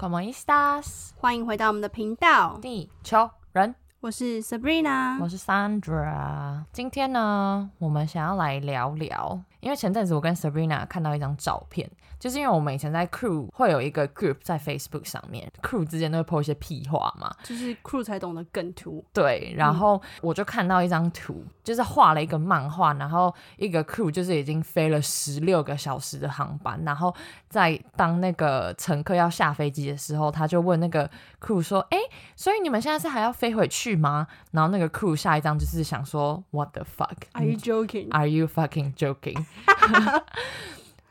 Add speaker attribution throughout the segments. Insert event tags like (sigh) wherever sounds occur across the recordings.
Speaker 1: My Stars
Speaker 2: 欢迎回到我们的频道，
Speaker 1: 地球人，
Speaker 2: 我是 Sabrina。
Speaker 1: 我是 Sandra。今天呢，我们想要来聊聊，因为前阵子我跟 Sabrina 看到一张照片，就是因为我们以前在 crew 会有一个 group 在 Facebook 上面，crew 之间都会 po 一些屁话嘛，
Speaker 2: 就是 crew 才懂得梗图，
Speaker 1: 对，然
Speaker 2: 嗯
Speaker 1: 后我就看到一张图，就是画了一个漫画，然后一个 crew 就是已经飞了十六个小时的航班，然后在当那个乘客要下飞机的时候，他就问那个 crew 说：“哎，所以你们现在是还要飞回去吗？”然后那个 crew 下一张就是想说：“What the fuck？”
Speaker 2: Are you joking？
Speaker 1: Are you fucking joking？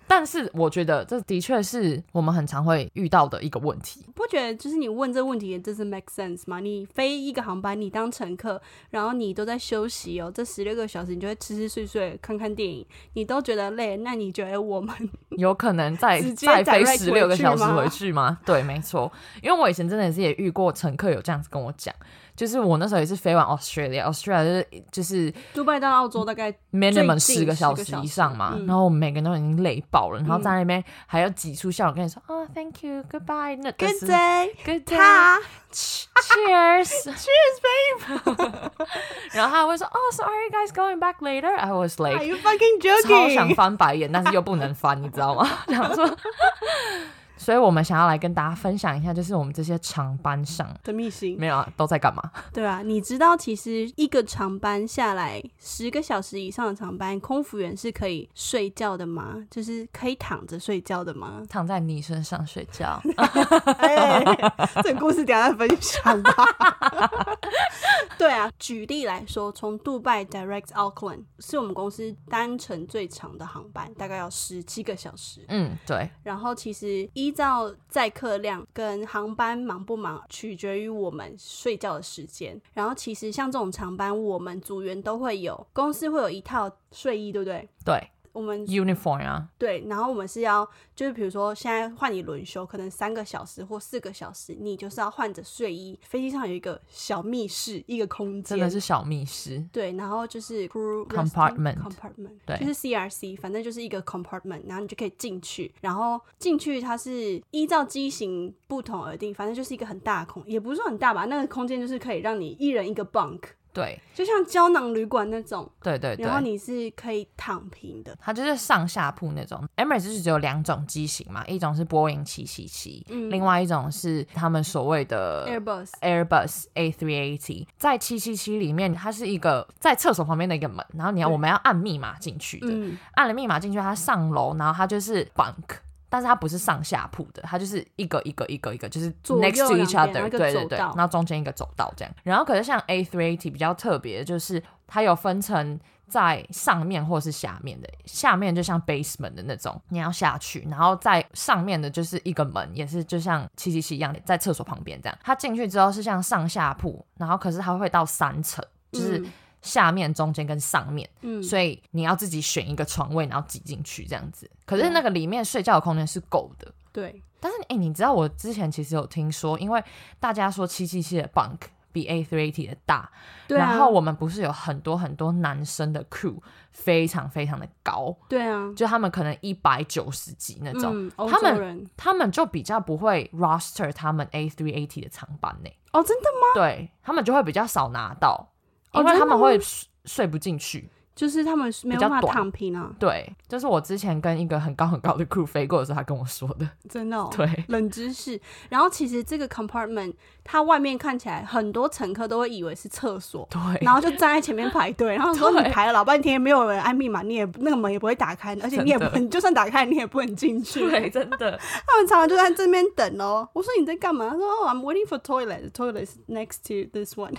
Speaker 1: 但是我觉得这的确是我们很常会遇到的一个问题。
Speaker 2: 不觉得就是你问这问题，这是 make sense 吗？你飞一个航班，你当乘客，然后你都在休息哦，这十六个小时你就会吃吃睡睡、看看电影，你都觉得累，那你觉得我们 (laughs)
Speaker 1: 有可能再
Speaker 2: 直接
Speaker 1: 再飞
Speaker 2: direct
Speaker 1: 十六个小时
Speaker 2: 回去吗
Speaker 1: 回去吗？ (laughs) 对，没错，因为我以前真的是也遇过乘客有这样子跟我讲，就是我那时候也是飞完 Australia，Australia 就是就是
Speaker 2: 杜拜到澳洲大概最
Speaker 1: minimum 十
Speaker 2: 近
Speaker 1: 个小
Speaker 2: 10个
Speaker 1: 时
Speaker 2: 小时
Speaker 1: 以上嘛，
Speaker 2: 嗯
Speaker 1: 然后我们每个人都已经累爆了，然后
Speaker 2: 嗯
Speaker 1: 在那边还要挤出笑容跟你说啊、t h a n k you，goodbye，那
Speaker 2: good
Speaker 1: 是
Speaker 2: day，
Speaker 1: good day。
Speaker 2: 他 (laughs)
Speaker 1: Cheers! Cheers, babe! (laughs) 然后他还会说，Oh, so are you guys going back later? I was like,
Speaker 2: Are you fucking
Speaker 1: 超想
Speaker 2: joking？
Speaker 1: 翻白眼，但是又不能 (laughs) 翻，你知道吗？想说，所以我们想要来跟大家分享一下，就是我们这些长班上
Speaker 2: 的秘 (laughs) 辛。
Speaker 1: 没有啊，都在干嘛？？
Speaker 2: 对啊，你知道其实一个长班下来十个小时以上的长班，空服员是可以睡觉的吗？就是可以躺着睡觉的吗
Speaker 1: 躺在你身上睡觉，
Speaker 2: 哎，这个故事等一下再分享吧。 (laughs) 对啊，举例来说，从杜拜 direct Auckland 是我们公司单程最长的航班，大概要十七个小时。
Speaker 1: 嗯，对，
Speaker 2: 然后其实依照载客量跟航班忙不忙，取决于我们睡觉的时间。然后其实像这种长班，我们组员都会有，公司会有一套睡衣，对不对？
Speaker 1: 对
Speaker 2: 我们
Speaker 1: ，uniform 啊，
Speaker 2: 对，然后我们是要，就是比如说现在换你轮休，可能三个小时或四个小时，你就是要换着睡衣。飞机上有一个小密室，一个空
Speaker 1: 真的
Speaker 2: 间
Speaker 1: 是。小密室，
Speaker 2: 对，然后就是 crew resting
Speaker 1: Compartment
Speaker 2: compartment，
Speaker 1: 对
Speaker 2: 就是 CRC，反正就是一个 compartment，然后你就可以进去，然后进去它是依照机型不同而定，反正就是一个很大的空，也不是说很大吧，那个空间就是可以让你一人一个 bunk，
Speaker 1: 对，
Speaker 2: 就像胶囊旅馆那种，
Speaker 1: 对对对
Speaker 2: 然。后你是可以躺平的，
Speaker 1: 它就是上下铺那种，Emirates 就是只有两种机型嘛，一种是波音七七七，
Speaker 2: 嗯
Speaker 1: 另外一种是他们所谓的
Speaker 2: Airbus。
Speaker 1: Airbus A380，在七七七里面，它是一个在厕所旁边的一个门，然后你要
Speaker 2: 对
Speaker 1: 我们要按密码进去的，
Speaker 2: 嗯，
Speaker 1: 按了密码进去，它上楼，然后它就是 bunk。但是它不是上下铺的，它就是一个一个一个一个，就是 next
Speaker 2: 左
Speaker 1: to
Speaker 2: 右两边
Speaker 1: each other，
Speaker 2: 然后一个
Speaker 1: 对对
Speaker 2: 走
Speaker 1: 对，
Speaker 2: 道
Speaker 1: 然后中间一个走道这样。然后可是像 A380 比较特别，就是它有分成在上面或是下面的，下面就像 basement 的那种，你要下去，然后在上面的就是一个门，也是就像七七七一样，在厕所旁边这样。它进去之后是像上下铺，然后可是它会到三层，就是
Speaker 2: 嗯
Speaker 1: 下面、中间跟上面。
Speaker 2: 嗯，
Speaker 1: 所以你要自己选一个床位，然后挤进去这样子。可是那个里面睡觉的空间是够的。
Speaker 2: 对，
Speaker 1: 但是哎、诶你知道我之前其实有听说，因为大家说七七七的 bunk 比 A three T 的大，
Speaker 2: 对啊，
Speaker 1: 然后我们不是有很多很多男生的 crew 非常非常的高，
Speaker 2: 对啊，
Speaker 1: 就他们可能一百九十几那种。
Speaker 2: 嗯，欧
Speaker 1: 他们
Speaker 2: 洲人
Speaker 1: 他们就比较不会 roster 他们 A three A T 的长班呢、
Speaker 2: 哦，真的吗？
Speaker 1: 对他们就会比较少拿到，
Speaker 2: 哦
Speaker 1: 因为
Speaker 2: 真的
Speaker 1: 他们
Speaker 2: 吗
Speaker 1: 会睡睡不进去。
Speaker 2: 就是他们没有
Speaker 1: 比较
Speaker 2: 办法
Speaker 1: 短
Speaker 2: 躺平啊，
Speaker 1: 对，就是我之前跟一个很高很高的 crew 飞过的时候，他跟我说的。
Speaker 2: 真的、
Speaker 1: (laughs)
Speaker 2: 哦。
Speaker 1: 对，
Speaker 2: 冷知识。然后其实这个 compartment 它外面看起来很多乘客都会以为是厕所，
Speaker 1: 对，
Speaker 2: 然后就站在前面排队，然后说
Speaker 1: 对
Speaker 2: 你排了老半天没有人按密码，你也那个门也不会打开，而且你也不
Speaker 1: 真的
Speaker 2: 你就算打开你也不能进去。
Speaker 1: 对，真
Speaker 2: (laughs)
Speaker 1: 的，
Speaker 2: 他们常常就在这边等哦。我说你在干嘛？他说、哦 I'm waiting for toilet. The toilet is next to this one.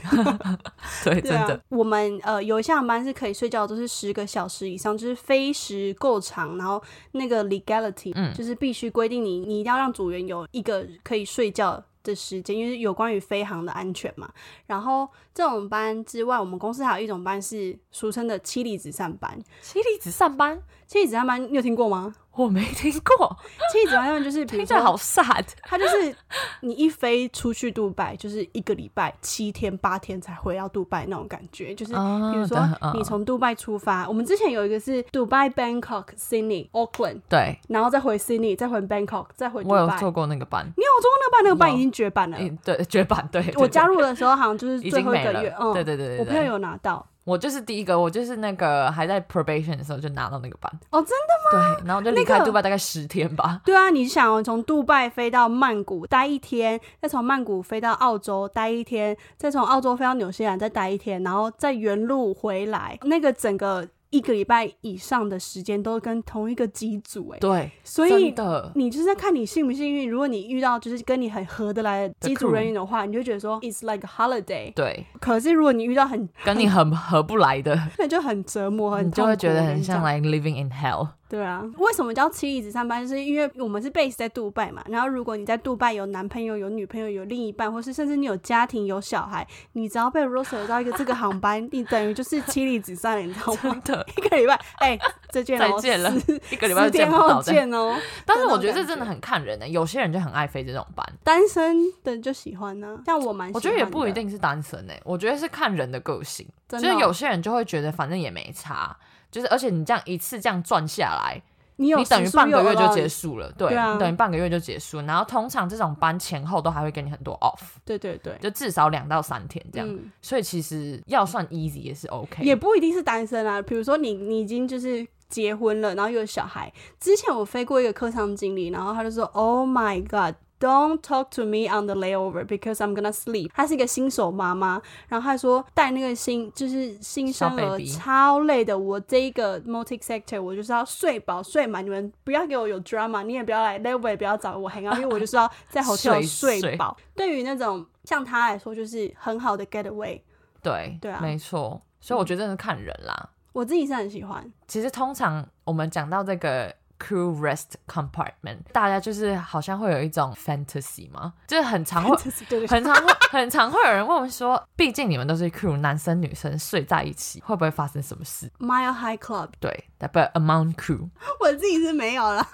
Speaker 1: 对，
Speaker 2: 对
Speaker 1: 真的
Speaker 2: 啊，，我们呃有一些航班是可以睡觉，都是十个小时以上，就是飞时够长，然后那个 legality，、
Speaker 1: 嗯
Speaker 2: 就是必须规定你，你一定要让组员有一个可以睡觉。的时间，因为有关于飞航的安全嘛。然后这种班之外，我们公司还有一种班是俗称的妻离子散班。
Speaker 1: 妻离子散班，
Speaker 2: 妻离子散班，你有听过吗？
Speaker 1: 我我没听过，
Speaker 2: 亲子团他们就是，比
Speaker 1: 听
Speaker 2: 如
Speaker 1: 起来好
Speaker 2: 说，
Speaker 1: sad。
Speaker 2: 他就是你一飞出去杜拜，就是一个礼拜七天八天才回到杜拜那种感觉，就是
Speaker 1: 啊
Speaker 2: 比如
Speaker 1: 对嗯
Speaker 2: 说你从杜拜出发，我们之前有一个是杜拜、Bangkok、Sydney、Auckland，
Speaker 1: 对，
Speaker 2: 然后再回 Sydney，再回 Bangkok，再回杜
Speaker 1: 我有
Speaker 2: 拜。
Speaker 1: 做过那个班，
Speaker 2: 你有做过那个班？那个班
Speaker 1: 有
Speaker 2: 已经绝版了。
Speaker 1: 嗯，对，绝版，对，对
Speaker 2: 我加
Speaker 1: 对
Speaker 2: 入的时候好像就是
Speaker 1: 已
Speaker 2: 最
Speaker 1: 经
Speaker 2: 后一
Speaker 1: 没
Speaker 2: 个
Speaker 1: 了
Speaker 2: 月，，嗯，
Speaker 1: 对对对对，
Speaker 2: 我朋
Speaker 1: 对
Speaker 2: 友有拿到。
Speaker 1: 我就是第一个，我就是那个还在 probation 的时候就拿到那个班，
Speaker 2: 哦，真的？
Speaker 1: 对，然后我就离
Speaker 2: 那
Speaker 1: 开
Speaker 2: 个
Speaker 1: 杜拜大概十天吧。
Speaker 2: 对啊，你想哦从杜拜飞到曼谷待一天，再从曼谷飞到澳洲待一天，再从澳洲飞到纽西兰再待一天，然后再原路回来，那个整个一个礼拜以上的时间都跟同一个机组哎、
Speaker 1: 对，
Speaker 2: 所
Speaker 1: 真
Speaker 2: 以。
Speaker 1: 的，
Speaker 2: 你就是在看你幸不幸运。如果你遇到就是跟你很合得来的机组
Speaker 1: crew
Speaker 2: 人员的话，你就觉得说 it's like a holiday。
Speaker 1: 对，
Speaker 2: 可是如果你遇到很
Speaker 1: 跟你很合不来的，
Speaker 2: 那就很折磨，很
Speaker 1: 你就
Speaker 2: 痛
Speaker 1: 会
Speaker 2: 苦
Speaker 1: 觉
Speaker 2: 嗯我
Speaker 1: 得
Speaker 2: 跟
Speaker 1: 很
Speaker 2: 你
Speaker 1: 像
Speaker 2: 讲
Speaker 1: like living in hell。
Speaker 2: 对啊，为什么叫妻离子散班？就是因为我们是 base 在杜拜嘛，然后如果你在杜拜有男朋友、有女朋友、有另一半，或是甚至你有家庭、有小孩，你只要被 roster 到一个这个航班，你等于就是妻离子散了，你知道 (laughs) 吗？
Speaker 1: 真的，
Speaker 2: 一个礼拜，哎、再见
Speaker 1: 再
Speaker 2: 喽，
Speaker 1: 见了
Speaker 2: 十，
Speaker 1: 一个礼拜
Speaker 2: 十
Speaker 1: 就见
Speaker 2: 天
Speaker 1: 不
Speaker 2: 后
Speaker 1: 到这样。
Speaker 2: 见哦。
Speaker 1: 但是
Speaker 2: 那
Speaker 1: 我
Speaker 2: 种
Speaker 1: 觉得这
Speaker 2: 感
Speaker 1: 真的
Speaker 2: 觉
Speaker 1: 很看人呢、欸有些人就很爱飞这种班，
Speaker 2: 单身的就喜欢呢、像我蛮喜欢
Speaker 1: 我觉得也不一
Speaker 2: 的，
Speaker 1: 定是单身呢、我觉得是看人的个性。
Speaker 2: 真
Speaker 1: 就
Speaker 2: 的哦
Speaker 1: 是有些人就会觉得反正也没差，就是而且你这样一次这样赚下来，
Speaker 2: 你有
Speaker 1: 你等于
Speaker 2: 时速
Speaker 1: 半个
Speaker 2: 又
Speaker 1: 月
Speaker 2: 有
Speaker 1: 就
Speaker 2: 到
Speaker 1: 结
Speaker 2: 你
Speaker 1: 束了，对，
Speaker 2: 对啊
Speaker 1: 你等于半个月就结束。然后通常这种班前后都还会给你很多 off，
Speaker 2: 对对对，
Speaker 1: 就至少两到三天这样。
Speaker 2: 嗯
Speaker 1: 所以其实要算 easy 也是 OK，
Speaker 2: 也不一定是单身啊。比如说你你已经就是结婚了，然后又有小孩。之前我飞过一个客舱经理，然后他就说：“Oh my god。” Don't talk to me on the layover because I'm gonna sleep。她是一个新手妈妈，然后她说带那个新就是新生
Speaker 1: 小
Speaker 2: 儿
Speaker 1: baby
Speaker 2: 超累的。我这一个 multi sector 我就是要睡饱睡满，你们不要给我有 drama，你也不要来 layover，也不要找我 hang out，因为我就是要
Speaker 1: (laughs)
Speaker 2: 在 hotel
Speaker 1: 睡
Speaker 2: 睡
Speaker 1: 睡
Speaker 2: 饱。对于那种像她来说，就是很好的 getaway，
Speaker 1: 对
Speaker 2: 对啊嗯
Speaker 1: 没错。所以我觉得真的看人啦。
Speaker 2: 我自己是很喜欢。
Speaker 1: 其实通常我们讲到这个 crew rest compartment，大家就是好像会有一种 fantasy 嘛，就是很常会
Speaker 2: (laughs) 就是对对对
Speaker 1: 很常会 (laughs) 很常会有人问我们说，毕竟你们都是 crew，男生女生睡在一起会不会发生什么事？
Speaker 2: Mile High Club，
Speaker 1: 对，but among crew，
Speaker 2: 我自己是没有啦，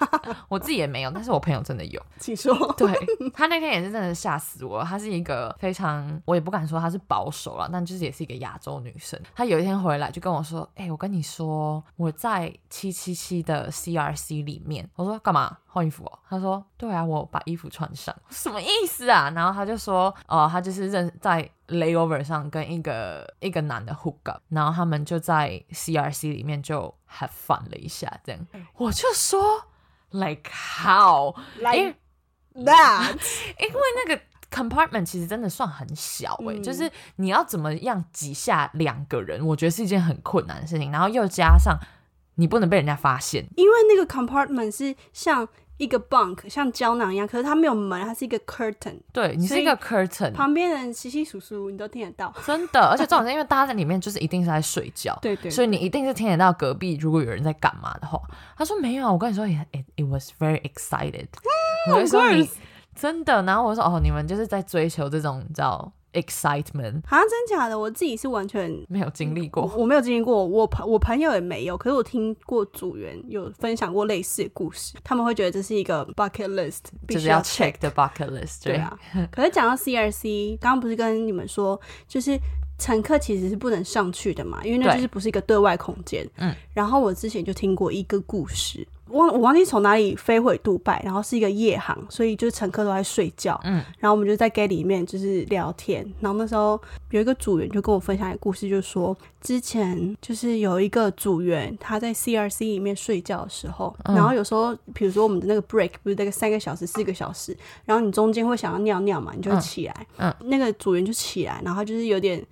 Speaker 1: 我自己也没有，但是我朋友真的有。
Speaker 2: 请说。
Speaker 1: 对他那天也是真的吓死我了，她是一个非常，我也不敢说她是保守啦，但就是也是一个亚洲女生。她有一天回来就跟我说：“哎、我跟你说，我在七七七的 CRC 里面。”我说：“干嘛？换衣服哦？”她说：“对啊，我把衣服穿上。”什么意思啊？然后她就说：“哦、她就是认在 layover 上跟一个一个男的 hook up，然后他们就在 CRC 里面就 have fun 了一下，这样。”我就说：“Like how？” 因为
Speaker 2: Like that，
Speaker 1: 因为那个 compartment 其实真的算很小诶、
Speaker 2: 嗯
Speaker 1: 就是你要怎么样挤下两个人，我觉得是一件很困难的事情。然后又加上你不能被人家发现，
Speaker 2: 因为那个 compartment 是像一个 bunk，像胶囊一样，可是它没有门，它是一个 curtain，
Speaker 1: 对你是一个 curtain，
Speaker 2: 旁边人稀稀疏疏，你都听得到。
Speaker 1: 真的。而且重点是因为大家在里面就是一定是在睡觉。
Speaker 2: 对对
Speaker 1: 所以你一定是听得到隔壁如果有人在干嘛的话，他说没有啊，我跟你说，it it- it
Speaker 2: (laughs)
Speaker 1: was very excited，、我就说
Speaker 2: of
Speaker 1: 你
Speaker 2: course
Speaker 1: 真的，然后我说哦，你们就是在追求这种叫 excitement，
Speaker 2: 好像啊真假的，我自己是完全
Speaker 1: 没有经历
Speaker 2: 我
Speaker 1: 过，
Speaker 2: 我没有经历过，我朋我朋友也没有，可是我听过组员有分享过类似的故事，他们会觉得这是一个 bucket list，必
Speaker 1: 就
Speaker 2: 须
Speaker 1: 是
Speaker 2: 要
Speaker 1: 要 check the bucket list，
Speaker 2: 对
Speaker 1: (laughs)
Speaker 2: 啊，可是讲到 CRC，刚刚不是跟你们说，就是乘客其实是不能上去的嘛，因为那
Speaker 1: 对
Speaker 2: 就是不是一个对外空间。
Speaker 1: 嗯，
Speaker 2: 然后我之前就听过一个故事，忘我忘记从哪里飞回杜拜，然后是一个夜航，所以就是乘客都在睡觉。
Speaker 1: 嗯，
Speaker 2: 然后我们就在 gate 里面就是聊天，然后那时候有一个组员就跟我分享一个故事，就说之前就是有一个组员他在 CRC 里面睡觉的时候，
Speaker 1: 嗯
Speaker 2: 然后有时候比如说我们的那个 break 不是那个三个小时四个小时，然后你中间会想要尿尿嘛，你就会
Speaker 1: 嗯
Speaker 2: 起来，
Speaker 1: 嗯
Speaker 2: 那个组员就起来，然后就是有点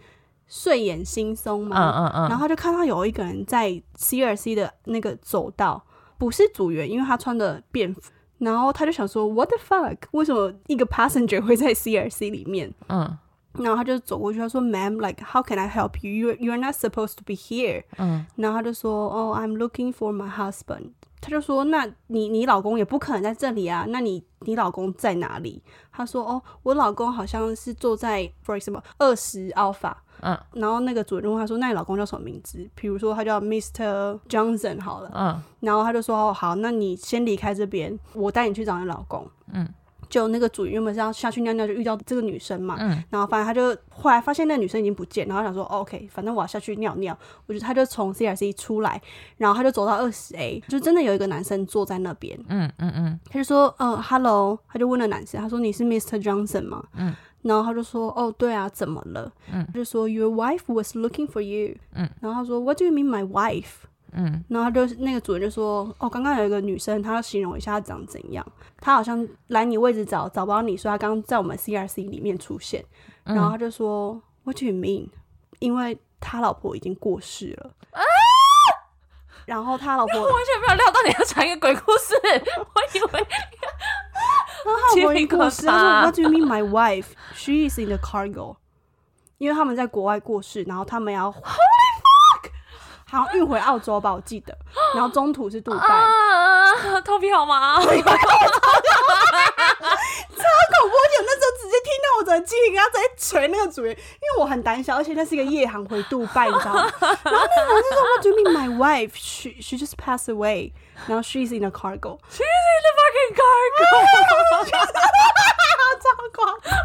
Speaker 2: 睡眼惺忪
Speaker 1: 嗯
Speaker 2: 嘛，
Speaker 1: 嗯嗯，
Speaker 2: 然后他就看到有一个人在 CRC 的那个走道，不是组员，因为他穿的便服，然后他就想说 What the fuck？为什么一个 passenger 会在 CRC 里面？
Speaker 1: 嗯
Speaker 2: 然后他就走过去，他说：“Ma'am，like how can I help you? You you're not supposed to be here。”
Speaker 1: 嗯，
Speaker 2: 然后他就说：“哦、i m looking for my husband。”他就说：“那你你老公也不可能在这里啊？那你你老公，"Oh, 在哪里？”他说：“哦，我老公好像是坐在 for example 二十 alpha。”
Speaker 1: 嗯
Speaker 2: 然后那个主人就问他说：“那你老公叫什么名字？”比如说他叫 Mr. Johnson 好了，
Speaker 1: 嗯
Speaker 2: 然后他就说：“哦，好，那你先离开这边，我带你去找你老公。”
Speaker 1: 嗯，
Speaker 2: 就那个主人原本是要下去尿尿，就遇到这个女生嘛，
Speaker 1: 嗯
Speaker 2: 然后反正他就后来发现那个女生已经不见，然后他想说、哦 OK，反正我要下去尿尿，我觉得他就从 CRC 出来，然后他就走到二十 A，就真的有一个男生坐在那边，
Speaker 1: 嗯嗯嗯
Speaker 2: 他就说，嗯，Hello，他就问了男生，他说你是 Mr. Johnson 吗？
Speaker 1: 嗯，
Speaker 2: 然后他就说，哦，对啊，怎么了？
Speaker 1: 嗯，
Speaker 2: 他就说 Your wife was looking for you。
Speaker 1: 嗯，
Speaker 2: 然后他说 What do you mean my wife？
Speaker 1: 嗯
Speaker 2: 然后他就那个主人就说，哦，刚刚有一个女生，她要形容一下她长怎样，她好像来你位置找找不到你，说她刚刚在我们 CRC 里面出现，
Speaker 1: 嗯
Speaker 2: 然后他就说、What do you mean？因为他老婆已经过世了。
Speaker 1: 啊
Speaker 2: 然后他老婆，
Speaker 1: 我完全没有料到你要讲一个鬼故事， (laughs) 我以为
Speaker 2: 他老婆已经过世，他说
Speaker 1: Jimmy
Speaker 2: What do you mean my wife? She is in the cargo。因为他们在国外过世，然后他们要 (laughs) Holy fuck，好像运回澳洲吧，我记得。然后中途是杜拜，
Speaker 1: (laughs) 啊，头皮好麻，
Speaker 2: 恐怖！而且我那时候直接听到我整个鸡皮疙瘩在捶那个主人，因为我很胆小，而且那是一个夜航回杜拜，你知道 (laughs) 吗？然后那个人就说 What do you mean my wife? She she just passed away，然后 she's in a cargo，
Speaker 1: 其实是 fucking cargo，
Speaker 2: 超夸张。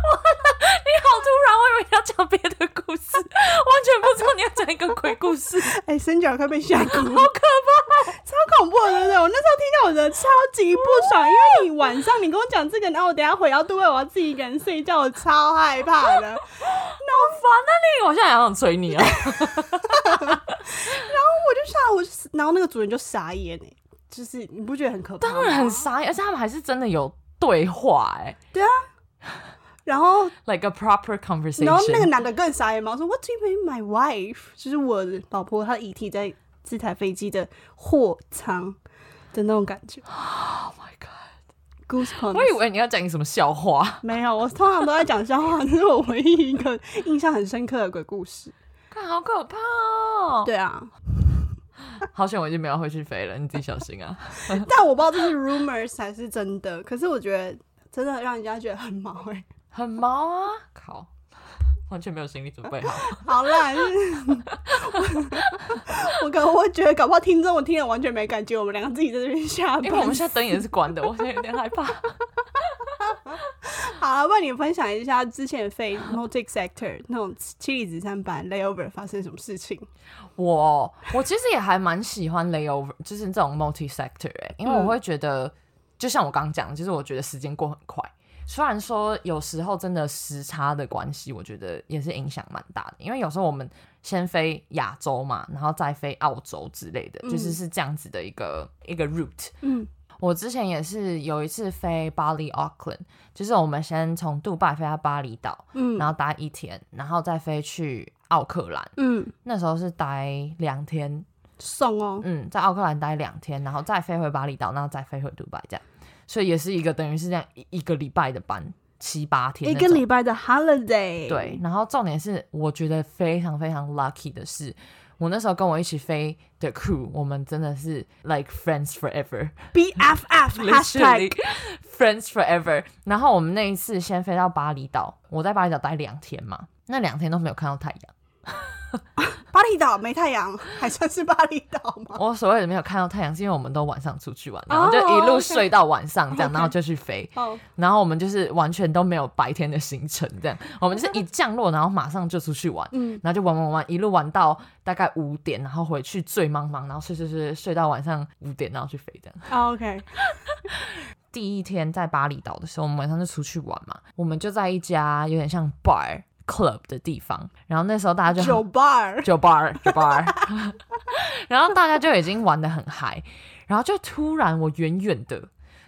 Speaker 1: 你好突然，我以为你要讲别的故事， (laughs) 完全不知道你要讲一个鬼故 (laughs) 事，
Speaker 2: 哎、伸脚快被吓哭，好可怕，超恐怖的，对不对？我那时候听到我觉得超级不爽，因为你晚上你跟我讲这个，然后我等一下回到都会，我要自己一个人睡觉，我超害怕的。
Speaker 1: 好烦啊你！我现在好想捶你啊！
Speaker 2: 我就吓，我就 (laughs) 然后那个主人就傻眼哎、就是你不觉得很可怕吗？
Speaker 1: (laughs) 当然很傻眼，而且他们还是真的有对话、欸，
Speaker 2: 然后，
Speaker 1: 哎，like a proper conversation。
Speaker 2: 然后那个男的更傻眼嘛，我说 What do you mean my wife？就是我的老婆，她的遗体在这台飞机的货舱的那种感 (gasps) 觉
Speaker 1: Oh my god！
Speaker 2: ，goosebumps。
Speaker 1: 我以为你要讲一个什么笑话，
Speaker 2: 没有，我通常都在讲笑话，这是我唯一一个印象很深刻的鬼故事。
Speaker 1: 看好可怕哦！
Speaker 2: 对啊，
Speaker 1: 好险我已经没有回去飞了，你自己小心啊！
Speaker 2: 但我不知道这是 rumors 还是真的，可是我觉得真的让人家觉得很毛哎、
Speaker 1: 很毛啊，靠，完全没有心理准备好。
Speaker 2: (laughs) 好啦，就是 (laughs) 我我搞，我觉得搞不好听众我听了完全没感觉，我们两个自己在这边瞎
Speaker 1: 因为我们
Speaker 2: 喷。
Speaker 1: 现在灯也是关的，我现在有点害怕。
Speaker 2: 好了，不然你分享一下之前飞 Motic Sector 那种七里子山版 layover 发生什么事情？
Speaker 1: 我我其实也还蛮喜欢 layover，就是这种 multi sector 哎、因为我会觉得，
Speaker 2: 嗯
Speaker 1: 就像我刚刚讲，就是我觉得时间过很快。虽然说有时候真的时差的关系，我觉得也是影响蛮大的，因为有时候我们先飞亚洲嘛，然后再飞澳洲之类的，就是
Speaker 2: 嗯
Speaker 1: 是这样子的一个一个 route。
Speaker 2: 嗯
Speaker 1: 我之前也是有一次飞巴黎 Auckland，就是我们先从杜拜飞到巴厘岛，
Speaker 2: 嗯
Speaker 1: 然后待一天，然后再飞去奥克兰。
Speaker 2: 嗯，
Speaker 1: 那时候是待两天，
Speaker 2: 送哦，
Speaker 1: 嗯，在奥克兰待两天，然后再飞回巴厘岛，然后再飞回杜拜，这样，所以也是一个等于是这样一一个礼拜的班，七八天
Speaker 2: 一
Speaker 1: 嗯那种，
Speaker 2: 个礼拜的 holiday。
Speaker 1: 对，，然后重点是，我觉得非常非常 lucky 的是，我那时候跟我一起飞的 crew，我们真的是 like friends forever。
Speaker 2: BFF (laughs)
Speaker 1: literally
Speaker 2: hashtag
Speaker 1: friends forever。然后我们那一次先飞到巴厘岛，我在巴厘岛待两天嘛，那两天都没有看到太阳。
Speaker 2: 巴厘岛没太阳，还算是巴厘岛吗？
Speaker 1: (laughs) 我所谓的没有看到太阳，是因为我们都晚上出去玩，
Speaker 2: 哦
Speaker 1: 然后就一路
Speaker 2: OK
Speaker 1: 睡到晚上这样
Speaker 2: OK
Speaker 1: 然后就去飞。
Speaker 2: 哦，
Speaker 1: 然后我们就是完全都没有白天的行程，这样，我们就是一降落，然后马上就出去玩，
Speaker 2: 嗯
Speaker 1: 然后就玩玩玩，一路玩到大概五点，然后回去醉茫茫，然后睡睡睡睡到晚上五点，然后去飞这样。
Speaker 2: 哦，OK，
Speaker 1: 第一天在巴厘岛的时候，我们晚上就出去玩嘛，我们就在一家有点像 bar club 的地方，然后那时候大家就
Speaker 2: 酒吧儿，
Speaker 1: 酒 bar 酒 bar，然 (laughs) 后大家就已经玩的很嗨，然后就突然我远远的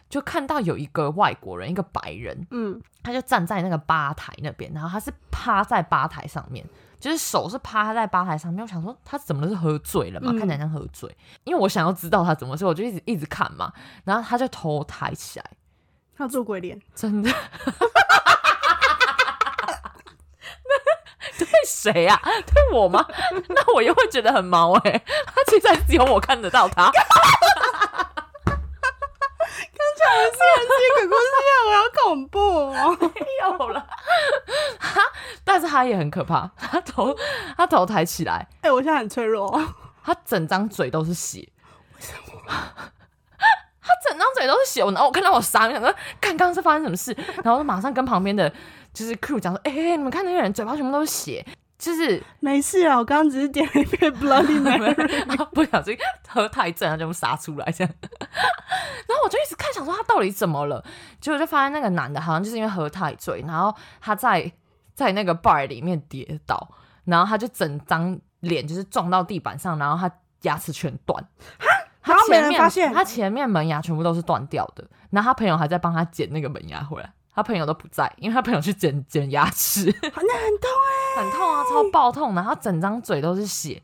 Speaker 1: 就看到有一个外国人，一个白人，
Speaker 2: 嗯，
Speaker 1: 他就站在那个吧台那边，然后他是趴在吧台上面，就是手是趴在吧台上面。我想说他怎么了？是喝醉了嘛？
Speaker 2: 嗯
Speaker 1: 看起来像喝醉，因为我想要知道他怎么，所以我就一直一直看嘛。然后他就头抬起来，
Speaker 2: 他做鬼 (laughs) 脸，
Speaker 1: 真的。 (laughs) 对谁啊？对我吗？那我又会觉得很毛哎、他其实还只有我看得到他，
Speaker 2: 真这个故事好恐怖哦！
Speaker 1: 有了，哈，但是他也很可怕，他头他头抬起来，
Speaker 2: 哎、我现在很脆弱哦，
Speaker 1: 他整张嘴都是血。他整张嘴都是血，然后我看到我傻眼，想说看刚刚是发生什么事，然后我马上跟旁边的就是 crew 讲说，哎、欸，你们看那个人嘴巴全部都是血，就是
Speaker 2: 没事啊，我刚刚只是点了一杯 Bloody Mary。
Speaker 1: 然后不小心喝太正，然后就杀出来这样。 (laughs) 然后我就一直看，想说他到底怎么了，结果就发现那个男的好像就是因为喝太醉，然后他在在那个 bar 里面跌倒，然后他就整张脸就是撞到地板上，然后他牙齿全断。他
Speaker 2: 然后没
Speaker 1: 前
Speaker 2: 人
Speaker 1: 面
Speaker 2: 发现
Speaker 1: 他前面门牙全部都是断掉的，然后他朋友还在帮他剪那个门牙回来，他朋友都不在，因为他朋友去剪剪牙齿，
Speaker 2: 那很痛
Speaker 1: 很痛啊，超爆痛，然后整张嘴都是血，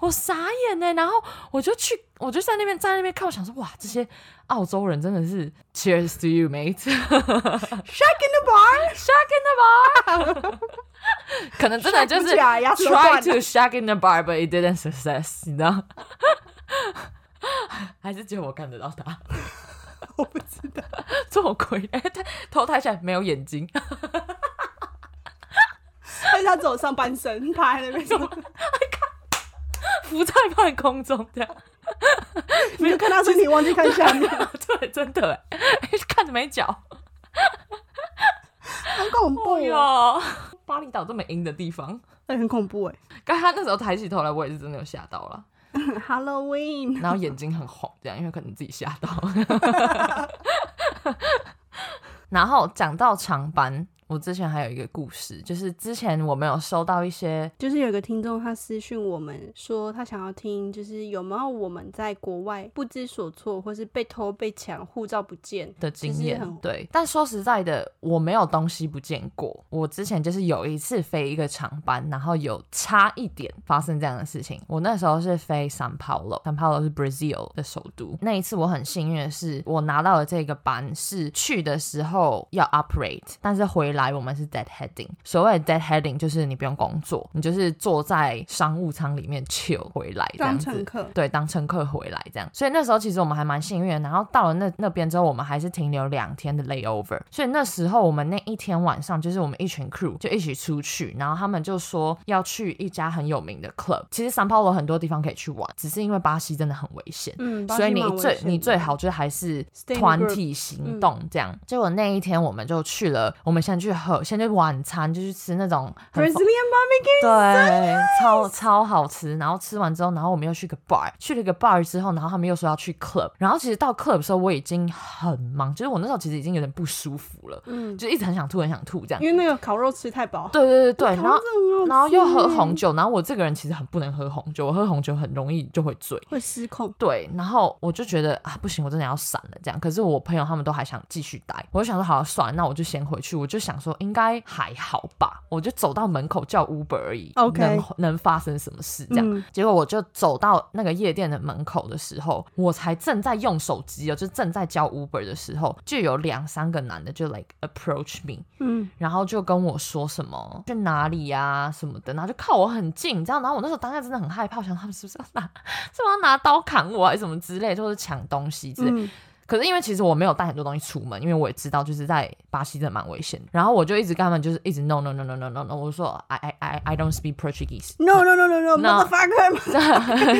Speaker 1: 我傻眼呢、然后我就去，我就在那边在那边看，我想说哇，这些澳洲人真的是 Cheers to you, mate, (laughs) shark in the
Speaker 2: ，Shark in the bar，
Speaker 1: bar，可能真的就是
Speaker 2: 牙齿都
Speaker 1: try
Speaker 2: 断了
Speaker 1: to shark in the bar, but it didn't success，你知道。 (laughs) 还是只有我看得到他，
Speaker 2: (laughs) 我不知道，
Speaker 1: 做鬼！ (laughs) 哎、他头抬起来没有眼睛， (laughs)
Speaker 2: 但是他只有上半身趴在那边， (laughs)
Speaker 1: 浮在半空中这样。 (laughs)
Speaker 2: 你就看他身体，忘记看下 (laughs) 面，
Speaker 1: 对，真的哎、 (laughs) 看着没脚。
Speaker 2: 很 (laughs) 恐怖
Speaker 1: 哎
Speaker 2: 哦，
Speaker 1: 呦， (laughs) 巴厘岛这么阴的地方，
Speaker 2: 哎很恐怖哎。
Speaker 1: 刚才他那时候抬起头来，我也是真的有吓到了，
Speaker 2: Halloween，
Speaker 1: 然后眼睛很红，这样，因为可能自己吓到。然后讲到长班，我之前还有一个故事，就是之前我们有收到一些
Speaker 2: 就是有个听众他私讯我们说他想要听，就是有没有我们在国外不知所措，或是被偷被抢，护照不见，
Speaker 1: 的经
Speaker 2: 就是
Speaker 1: 验
Speaker 2: 很，
Speaker 1: 对。但说实在的，我没有东西不见过。我之前就是有一次飞一个长班，然后有差一点发生这样的事情。我那时候是飞 San Paulo，San Paulo 是 Brazil 的首都。那一次我很幸运的是，我拿到的这个班是去的时候要 operate，但是回来我们是 dead heading。所谓的 dead heading 就是你不用工作，你就是坐在商务舱里面 chill 回来这样
Speaker 2: 当
Speaker 1: 子。
Speaker 2: 乘客。
Speaker 1: 对，当乘客回来这样。所以那时候其实我们还蛮幸运的。然后到了那那边之后，我们还是停留两天的 layover。所以那时候我们那一天晚上，就是我们一群 crew 就一起出去，然后他们就说要去一家很有名的 club。其实三炮楼很多地方可以去玩，只是因为巴西真的很危险。
Speaker 2: 嗯，
Speaker 1: 所
Speaker 2: 巴
Speaker 1: 以
Speaker 2: 西
Speaker 1: 你
Speaker 2: 蛮危
Speaker 1: 最
Speaker 2: 险的
Speaker 1: 你最好就是还是
Speaker 2: Stay in
Speaker 1: 团
Speaker 2: group 嗯
Speaker 1: 体行动这样。结果那一天我们就去了，我们先去喝，先去晚餐，就去吃那种很
Speaker 2: Brazilian barbecue，
Speaker 1: 对，超超好吃。然后吃完之后，然后我们又去个 bar，去了一个 bar 之后，然后他们又说要去 club。然后其实到 club 的时候，我已经很忙，就是我那时候其实已经有点不舒服了，
Speaker 2: 嗯，
Speaker 1: 就一直很想吐，很想吐这样。
Speaker 2: 因为那个烤肉吃太饱，
Speaker 1: 对对对对，然后
Speaker 2: 后
Speaker 1: 然后又喝红酒，然后我这个人其实很不能喝红酒，我喝红酒很容易就会醉。
Speaker 2: 会失控，
Speaker 1: 对，然后我就觉得啊，不行，我真的要闪了这样。可是我朋友他们都还想继续待，我就想说，好、啊算了，那我就先回去。我就想说，应该还好吧，我就走到门口叫 Uber 而已
Speaker 2: OK
Speaker 1: 能能发生什么事这样？
Speaker 2: 嗯
Speaker 1: 结果我就走到那个夜店的门口的时候，我才正在用手机哦，就正在叫 Uber 的时候，就有两三个男的就 like approach me，
Speaker 2: 嗯，
Speaker 1: 然后就跟我说什么去哪里呀、什么的，然后就靠我很近，你知道，然后我那时候当下真的很害怕，我想他们是不是要拿，是不是要拿刀砍我啊还是什么之类，就是抢东西之类。
Speaker 2: 嗯
Speaker 1: 可是因为其实我没有带很多东西出门，因为我也知道就是在巴西真的蛮危险的，然后我就一直跟他们就是一直 no no no no no no no，我就说 I I I I don't speak Portuguese，
Speaker 2: ，no no no no no
Speaker 1: No
Speaker 2: motherfucker，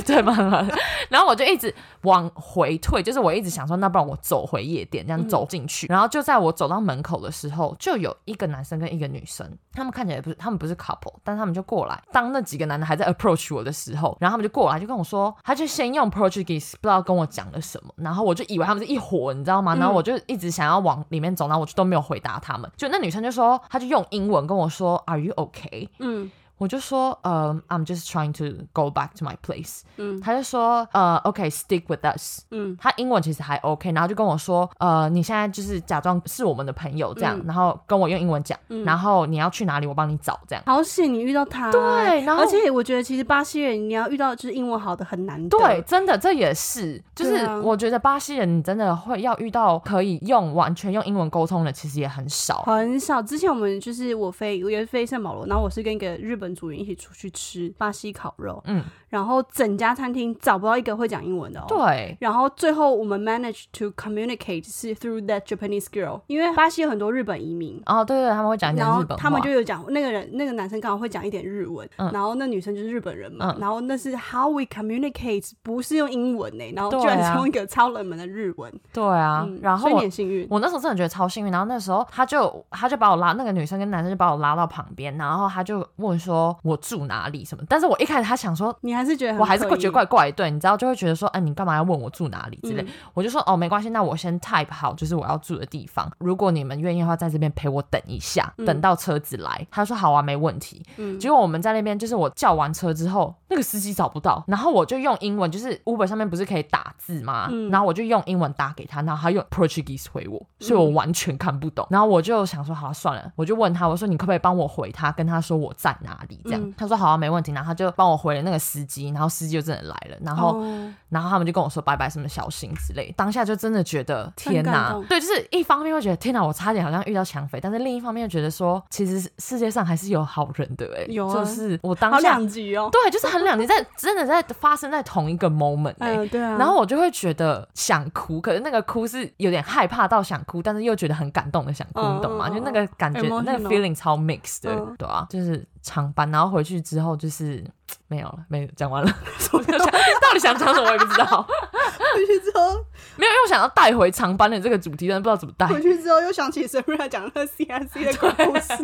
Speaker 1: 对吗？然后我就一直往回退，就是我一直想说，那不然我走回夜店，这样走进去。然后就在我走到门口的时候，就有一个男生跟一个女生，他们看起来不是，他们不是 couple，但他们就过来。当那几个男的还在 approach 我的时候，然后他们就过来就跟我说，他就先用 Portuguese 不知道跟我讲了什么，然后我就以为他们是一伙，你知道吗？然后我就一直想要往里面走，然后我就都没有回答他们。就那女生就说，她就用英文跟我说，Are you okay？
Speaker 2: 嗯
Speaker 1: 我就说，呃、i m just trying to go back to my place。
Speaker 2: 嗯
Speaker 1: 他就说，呃，OK，stick、with us。
Speaker 2: 嗯
Speaker 1: 他英文其实还 OK，然后就跟我说，呃，你现在就是假装是我们的朋友这样，
Speaker 2: 嗯
Speaker 1: 然后跟我用英文讲，然后你要去哪里，我帮你找这样。
Speaker 2: 好险你遇到他，
Speaker 1: 对然后
Speaker 2: 而且我觉得其实巴西人你要遇到就是英文好的很难得，
Speaker 1: 对，，真的，这也是，就是
Speaker 2: 对啊
Speaker 1: 我觉得巴西人你真的会要遇到可以用完全用英文沟通的，其实也很少。
Speaker 2: 很少。之前我们就是我飞，我也是飞圣保罗，然后我是跟一个日本文组员一起出去吃巴西烤肉，
Speaker 1: 嗯，
Speaker 2: 然后整家餐厅找不到一个会讲英文的哦。
Speaker 1: 对，啊
Speaker 2: 然后最后我们 manage to communicate 是 through that Japanese girl，因为巴西有很多日本移民，
Speaker 1: 哦，对对，他们会讲一点
Speaker 2: 然后
Speaker 1: 日本话，
Speaker 2: 他们就有讲那个人那个男生刚好会讲一点日文，然后那女生就是日本人嘛，
Speaker 1: 嗯
Speaker 2: 然后那是 how we communicate，不是用英文呢、然后
Speaker 1: 对啊
Speaker 2: 居然是用一个超冷门的日文，
Speaker 1: 对啊，
Speaker 2: 嗯
Speaker 1: 然后
Speaker 2: 所以你
Speaker 1: 我
Speaker 2: 很幸运，
Speaker 1: 我那时候真的觉得超幸运，然后那时候他就他就把我拉，那个女生跟男生就把我拉到旁边，然后他就问说我住哪里什么，但是我一开始他想说。
Speaker 2: 你还是觉得很嗯
Speaker 1: 我还是
Speaker 2: 刻
Speaker 1: 会觉得
Speaker 2: 意
Speaker 1: 怪怪的，对，你知道就会觉得说，哎、你干嘛要问我住哪里之类，
Speaker 2: 嗯
Speaker 1: 我就说哦，没关系，那我先 type 好，就是我要住的地方。如果你们愿意的话，在这边陪我等一下，
Speaker 2: 嗯
Speaker 1: 等到车子来。他说好啊，没问题。
Speaker 2: 嗯
Speaker 1: 结果我们在那边，就是我叫完车之后，那个司机找不到，然后我就用英文，就是 Uber 上面不是可以打字吗？
Speaker 2: 嗯
Speaker 1: 然后我就用英文打给他，然后他用 Portuguese 回我，所以
Speaker 2: 嗯
Speaker 1: 我完全看不懂。然后我就想说，好、啊、算了，我就问他，我说你可不可以帮我回他，跟他说我在哪里？这样，
Speaker 2: 嗯
Speaker 1: 他说好、啊，没问题。然后他就帮我回了那个司机，然后司机就真的来了，然后、
Speaker 2: 哦
Speaker 1: 然后他们就跟我说拜拜，什么小心之类。当下就真的觉得天
Speaker 2: 很感
Speaker 1: 哪
Speaker 2: 动，
Speaker 1: 对，就是一方面会觉得天哪，我差点好像遇到抢匪，但是另一方面又觉得说，其实世界上还是有好人的、欸，哎，
Speaker 2: 有啊
Speaker 1: 就是我当
Speaker 2: 好
Speaker 1: 下
Speaker 2: 两极哦，
Speaker 1: 对，就是很两极，在真的在发生在同一个 moment 哎、
Speaker 2: 嗯、对啊，
Speaker 1: 然后我就会觉得想哭，可是那个哭是有点害怕到想哭，但是又觉得很感动的想哭，
Speaker 2: 嗯
Speaker 1: 你懂吗？
Speaker 2: 嗯
Speaker 1: 就那个感觉，
Speaker 2: emotional
Speaker 1: 那个 feeling 超 mix 的，
Speaker 2: 嗯
Speaker 1: 对啊，就是长班，然后回去之后就是没有了，没有
Speaker 2: (laughs)
Speaker 1: 讲完了，我就想到底想讲什么我也不知道，
Speaker 2: 回去之后，
Speaker 1: 没有，又想要带回长班的这个主题，但是不知道怎么带。
Speaker 2: 回去之后又想起 Sabrina 讲那 CRC 的鬼故事。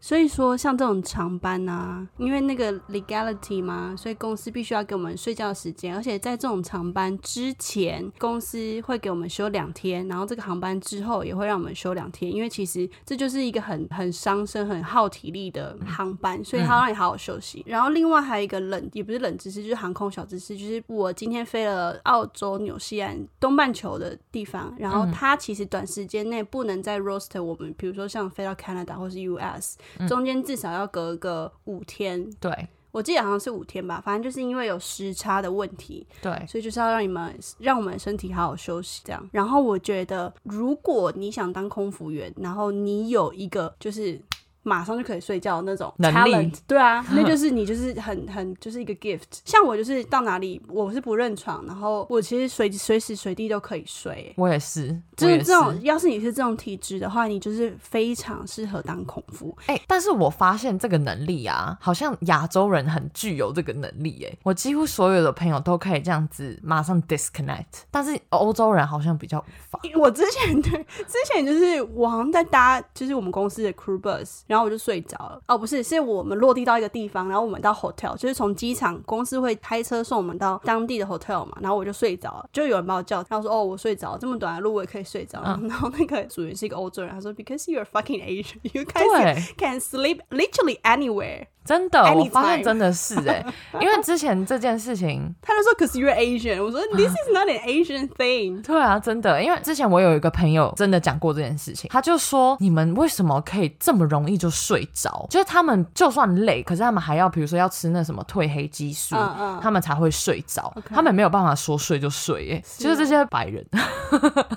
Speaker 2: 所以说，像这种长班啊，因为那个 legality 嘛，所以公司必须要给我们睡觉时间，而且在这种长班之前，公司会给我们休两天，然后这个航班之后也会让我们休两天，因为其实这就是一个很很伤身、很耗体力的航班，所以它要让你好好休息。然后另外还有一个冷，也不是冷知识，就是航空小知识，就是我今天飞了澳洲、纽西兰东半球的地方，然后它其实短时间内不能再 roster 我们，比如说像飞到 Canada 或是 US，中
Speaker 1: 嗯
Speaker 2: 间至少要隔个五天，
Speaker 1: 对
Speaker 2: 我记得好像是五天吧，反正就是因为有时差的问题，
Speaker 1: 对，
Speaker 2: 所以就是要让你们让我们身体好好休息这样。然后我觉得，如果你想当空服员，然后你有一个就是。马上就可以睡觉的那种
Speaker 1: 能力
Speaker 2: talent，对
Speaker 1: (laughs)
Speaker 2: 啊，那就是你就是很很就是一个 gift。像我就是到哪里我是不认床，然后我其实随随时随地都可以睡、欸
Speaker 1: 我也是，
Speaker 2: 就
Speaker 1: 我
Speaker 2: 是
Speaker 1: 也
Speaker 2: 这种，要是你是这种体质的话，你就是非常适合当空服。
Speaker 1: 哎、但是我发现这个能力啊，好像亚洲人很具有这个能力哎、我几乎所有的朋友都可以这样子马上 disconnect，但是欧洲人好像比较无法。
Speaker 2: 我之前对，之前就是我好像在搭，就是我们公司的 crew bus，然后我就睡着了。哦，不是，是我们落地到一个地方，然后我们到 hotel，就是从机场公司会开车送我们到当地的 hotel 嘛，然后我就睡着了，就有人把我叫，然后说哦我睡着了，这么短的路我也可以睡着。 (laughs) 然后那个组员是一个欧洲人，他说 because you're fucking Asian, you guys
Speaker 1: 对，
Speaker 2: can sleep literally anywhere。
Speaker 1: 真的，我发
Speaker 2: Anytime
Speaker 1: 现真的是
Speaker 2: (laughs)
Speaker 1: 哎、因为之前这件事情，
Speaker 2: 他就说 because you're Asian，我说 this is not an Asian thing。
Speaker 1: 对啊，真的，因为之前我有一个朋友真的讲过这件事情，他就说你们为什么可以这么容易就睡着？就是他们就算累，可是他们还要比如说要吃那什么褪黑激素，
Speaker 2: 嗯嗯
Speaker 1: 他们才会睡着他们没有办法说睡就睡、欸，就是这些白人，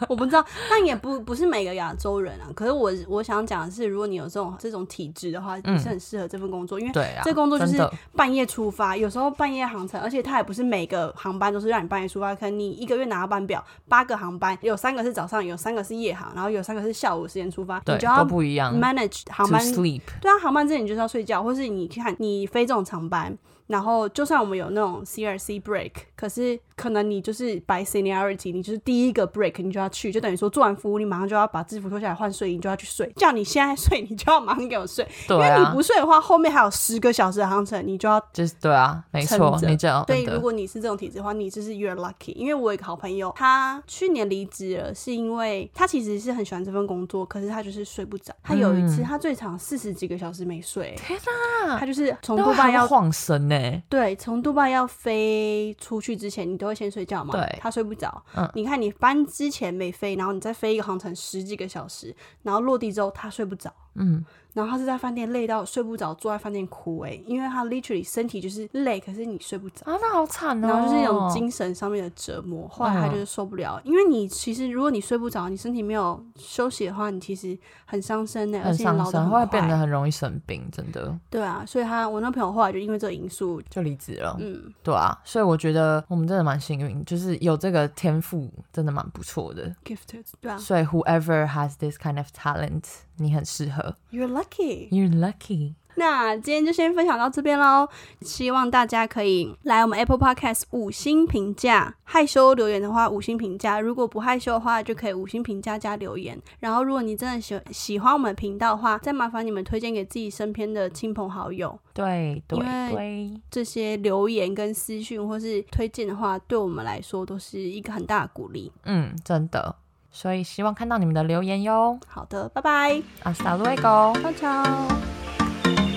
Speaker 2: 我不知道，但也不不是每个亚洲人啊。可是我我想讲的是，如果你有这种这种体质的话，
Speaker 1: 嗯
Speaker 2: 你是很适合这份工作，因为
Speaker 1: 对啊，
Speaker 2: 这工作就
Speaker 1: 真
Speaker 2: 是
Speaker 1: 的
Speaker 2: 半夜出发，有时候半夜航程，而且它也不是每个航班都是让你半夜出发，可能你一个月拿到班表，八个航班，有三个是早上，有三个是夜航，然后有三个是下午时间出发，
Speaker 1: 对
Speaker 2: 你就要
Speaker 1: 都不一样
Speaker 2: manage 航
Speaker 1: to
Speaker 2: 班
Speaker 1: sleep，
Speaker 2: 对啊，航班之前你就是要睡觉，或是你看你飞这种长班，然后就算我们有那种 CRC break，可是可能你就是 by seniority，你就是第一个 break 你就要去，就等于说做完服务你马上就要把制服脱下来换睡衣，你就要去睡。叫你现在睡，你就要马上给我睡，
Speaker 1: 对
Speaker 2: 因为你
Speaker 1: 啊
Speaker 2: 不，睡的话，后面还有十个小时的航程，你就要。
Speaker 1: 就是对啊，没错
Speaker 2: 撑，着
Speaker 1: 你这样
Speaker 2: 所以如
Speaker 1: 真的
Speaker 2: 果你是这种体质的话，你就是 you're lucky。因为我有一个好朋友，他去年离职了，是因为他其实是很喜欢这份工作，可是他就是睡不着。他有一次，
Speaker 1: 嗯
Speaker 2: 他最长四十几个小时没睡。
Speaker 1: 天哪、
Speaker 2: 他就是从
Speaker 1: 那
Speaker 2: 杜
Speaker 1: 嗯会
Speaker 2: 拜
Speaker 1: 很
Speaker 2: 要
Speaker 1: 晃神呢、欸，
Speaker 2: 对，从杜拜要飞出去之前，你都会先睡觉嘛？
Speaker 1: 对
Speaker 2: 他睡不着。
Speaker 1: 嗯
Speaker 2: 你看你班之前没飞，然后你再飞一个航程十几个小时，然后落地之后他睡不着，
Speaker 1: 嗯，
Speaker 2: 然后他是在饭店累到睡不着，坐在饭店哭诶、因为他 literally 身体就是累，可是你睡不着。
Speaker 1: 啊，那好惨哦，
Speaker 2: 然后就是一种精神上面的折磨，后
Speaker 1: 嗯
Speaker 2: 来他就是受不了，因为你其实如果你睡不着，你身体没有休息的话，你其实很伤身的、欸而
Speaker 1: 很
Speaker 2: 且你
Speaker 1: 伤
Speaker 2: 老得
Speaker 1: 身，会
Speaker 2: 很
Speaker 1: 变得
Speaker 2: 快。
Speaker 1: 很容易生病，真的
Speaker 2: 对啊，所以他我那朋友后来就因为这个因素，
Speaker 1: 就离职了。
Speaker 2: 嗯，
Speaker 1: 对啊，所以我觉得我们真的蛮幸运，就是有这个天赋，真的蛮不错的。
Speaker 2: gifted，对啊
Speaker 1: 所以 whoever has this kind of talent，你很适合
Speaker 2: ，you're lucky。
Speaker 1: ，you're lucky。
Speaker 2: 那今天就先分享到这边喽，希望大家可以来我们 Apple Podcast 五星评价。害羞留言的话，五星评价；如果不害羞的话，就可以五星评价加留言。然后，如果你真的喜喜欢我们频道的话，再麻烦你们推荐给自己身边的亲朋好友。
Speaker 1: 对对
Speaker 2: 因为
Speaker 1: 对，
Speaker 2: 这些留言跟私讯或是推荐的话，对我们来说都是一个很大的鼓励。
Speaker 1: 嗯，真的。所以希望看到你们的留言哟。
Speaker 2: 好的，拜拜，
Speaker 1: Hasta luego。
Speaker 2: 悄悄。